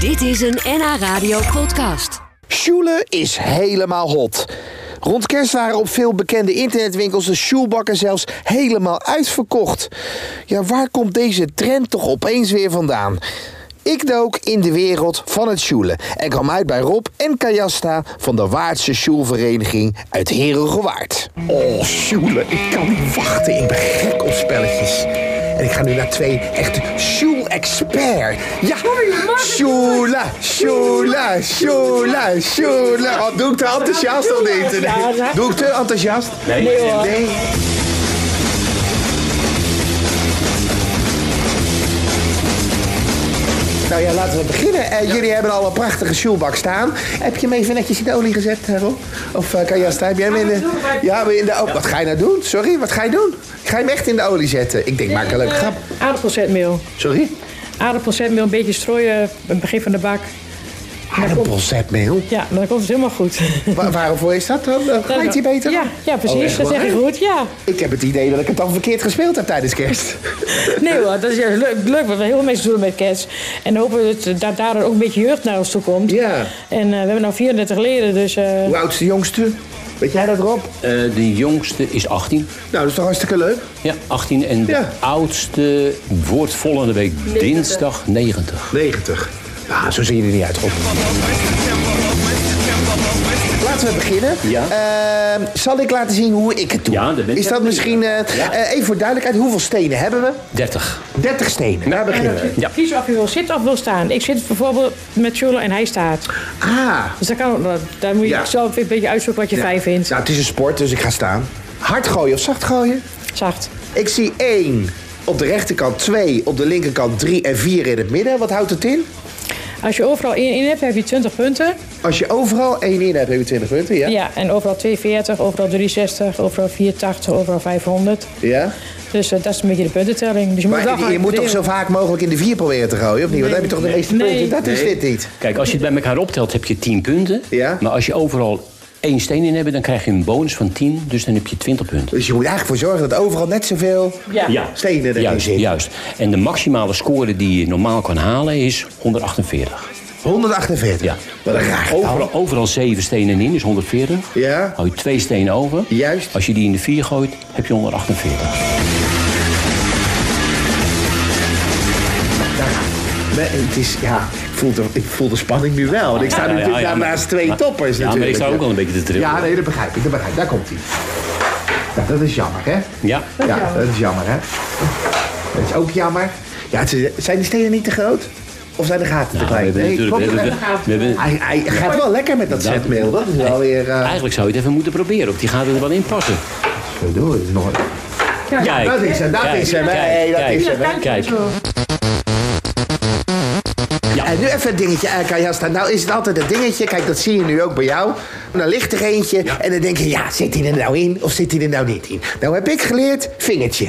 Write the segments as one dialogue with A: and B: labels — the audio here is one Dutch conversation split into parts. A: Dit is een NH Radio podcast.
B: Sjoelen is helemaal hot. Rond kerst waren op veel bekende internetwinkels de sjoelbakken zelfs helemaal uitverkocht. Ja, waar komt deze trend toch opeens weer vandaan? Ik dook in de wereld van het sjoelen en kwam uit bij Rob en Kajasta van de Waardse Sjoelvereniging uit Herengewaard.
C: Oh, sjoelen. Ik kan niet wachten. Ik ben gek op spelletjes. En ik ga nu naar twee echte sjoel-expert. Ja, sjoelen, sjoelen, sjoelen, sjoelen. Oh, doe ik te enthousiast of niet? Nee. Doe ik te enthousiast? Nee. Nee.
B: Nou ja, laten we beginnen. Eh, Jullie hebben al een prachtige sjoelbak staan. Heb je hem even netjes in de olie gezet, eh, Rob? Of eh, Kajasta, heb jij hem in de... Ja, maar in de... Oh, wat ga je nou doen? Sorry, wat ga je doen? Ga je hem echt in de olie zetten? Ik denk, maak een leuke grap.
D: Eh, Aardappelzetmeel.
B: Sorry?
D: Aardappelzetmeel een beetje strooien aan het begin van de bak.
B: Aardappelzetmeel?
D: Ja, dan komt het helemaal goed.
B: Wa- waarvoor is dat dan? Eh, Glijdt hij beter?
D: Ja, ja
B: Oh,
D: precies.
B: echt
D: dat zeg je
B: waar?
D: goed. Ja.
B: Ik heb het idee dat ik het dan verkeerd gespeeld heb tijdens kerst.
D: Nee hoor, dat is juist leuk, leuk. Want heel veel mensen doen het met kerst. En dan hopen we dat, dat daardoor ook een beetje jeugd naar ons toe komt.
B: Ja.
D: En eh, we hebben nou 34 leden, dus... eh,
B: Hoe oud is de jongste? Weet jij dat, Rob?
E: Eh, de jongste is 18.
B: Nou, dat is toch hartstikke leuk?
E: Ja, 18. En de
B: Ja.
E: oudste wordt volgende week dinsdag 90.
B: 90. Nou, zo zien jullie niet uit, Rob. Laten we beginnen.
E: Ja.
B: Ehm, zal ik laten zien hoe ik het doe?
E: Ja, dat ben ik
B: Is dat
E: wel
B: misschien... eh,
E: Ja.
B: eh, even voor duidelijkheid, hoeveel stenen hebben we?
E: 30.
B: 30 stenen.
E: Nou,
B: Daar beginnen we.
E: Ja.
D: Kies of je wil zitten of wil staan. Ik zit bijvoorbeeld met Sjoelen en hij staat.
B: Ah.
D: Dus dat kan ook nog. Daar moet je
B: Ja.
D: zelf een beetje uitzoeken wat je fijn vindt.
B: Nou, het is een sport, dus ik ga staan. Hard gooien of zacht gooien?
D: Zacht.
B: Ik zie 1 op de rechterkant, 2 op de linkerkant, 3 en 4 in het midden. Wat houdt het in?
D: Als je overal één in hebt, heb je 20 punten.
B: Als je overal 1 in hebt, heb je 20 punten, ja?
D: Ja, en overal 240, overal 360, overal 480, overal 500.
B: Ja.
D: Dus eh, dat is een beetje de puntentelling. Dus je moet, wel
B: Maar
D: gaan
B: je moet toch
D: verdelen.
B: zo vaak mogelijk in de 4 proberen te gooien, of niet? Want dan heb je toch de meeste
D: Nee.
B: punten? Dat is dit niet.
E: Kijk, als je het bij elkaar optelt heb je 10 punten.
B: Ja.
E: Maar als je overal één steen in hebt, dan krijg je een bonus van 10. Dus dan heb je 20 punten.
B: Dus je moet eigenlijk voor zorgen dat overal net zoveel
D: Ja.
B: stenen erin
E: Juist,
B: zitten.
E: juist. En de maximale score die je normaal kan halen is 148.
B: 148.
E: Ja.
B: Wat een raar getal.
E: Overal, overal zeven stenen in is 140.
B: Ja.
E: Hou je twee stenen over.
B: Juist.
E: Als je die in de vier gooit, heb je 148.
B: Nee, het is, ja, ik voel, de, ik voel de spanning nu wel. Want ik sta
E: Ja,
B: nu
E: ja,
B: natuurlijk
E: ja,
B: daar
E: maar-
B: naast twee
E: maar-
B: toppers
E: ja, maar ik
B: natuurlijk.
E: sta ook wel een beetje te trillen.
B: Ja, nee, dat begrijp ik. Dat begrijp ik. Daar komt hij. Ja, dat is jammer, hè?
E: Ja.
B: Ja, dat is jammer, hè? Dat is ook jammer. Ja, het is- zijn die stenen niet te groot? Of zijn de gaten te
E: Nou,
B: klein?
E: we hebben natuurlijk-
B: klopt
E: we
B: het?
E: hebben- we hebben-
B: hij, hij gaat wel lekker met dat
E: Nou,
B: zetmeel. Dat is wel weer... eh,
E: Eigenlijk zou je het even moeten proberen, of die gaat er wel in passen.
B: Zo doen we het nog.
E: Kijk,
B: Dat is hem, dat
E: kijk,
B: is hem, hè.
E: kijk,
B: Hey, dat
E: kijk,
B: is hem, hè.
E: Kijk,
B: En nu even het dingetje, eh, Kajasta. Nou is het altijd het dingetje, kijk, dat zie je nu ook bij jou. Dan ligt er eentje en dan denk je, ja, zit hij er nou in of zit hij er nou niet in? Nou heb ik geleerd, vingertje.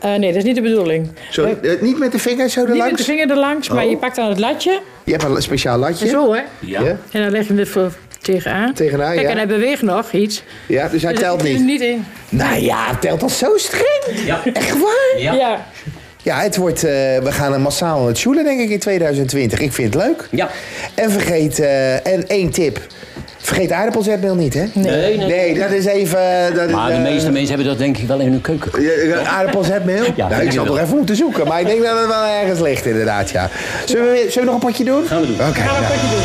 D: Eh, nee, dat is niet de bedoeling.
B: Sorry, eh, niet met de vinger zo
D: Niet met
B: erlangs?
D: de vinger erlangs, maar
B: Oh.
D: je pakt dan het latje.
B: Je hebt een speciaal latje.
D: Zo hè.
E: Ja.
B: Ja.
D: En dan leg je hem er voor tegenaan.
B: Tegenaan,
D: Kijk,
B: ja.
D: en hij beweegt nog iets.
B: Ja, dus hij
D: Dus
B: telt
D: het is
B: niet.
D: Niet in.
B: Nou ja, telt dat zo streng.
E: Ja.
B: Echt waar?
E: Ja.
D: Ja.
B: Ja, het wordt, eh, we gaan hem massaal aan het sjoelen, denk ik, in 2020. Ik vind het leuk.
E: Ja.
B: En vergeet, eh, en één tip. Vergeet aardappelzetmeel niet, hè?
E: Nee, nee.
B: Nee, dat is even... Dat is,
E: Maar de
B: eh,
E: meeste mensen hebben dat denk ik wel in hun keuken.
B: Ja, ja, Aardappelzetmeel?
E: Ja,
B: nou, ik
E: ik
B: zal
E: wel.
B: toch even moeten zoeken, maar ik denk dat het wel ergens ligt inderdaad, ja. Zullen we, weer- zullen we nog een potje doen?
E: Gaan we doen.
B: Oké,
D: Gaan we een
B: nou.
D: potje doen.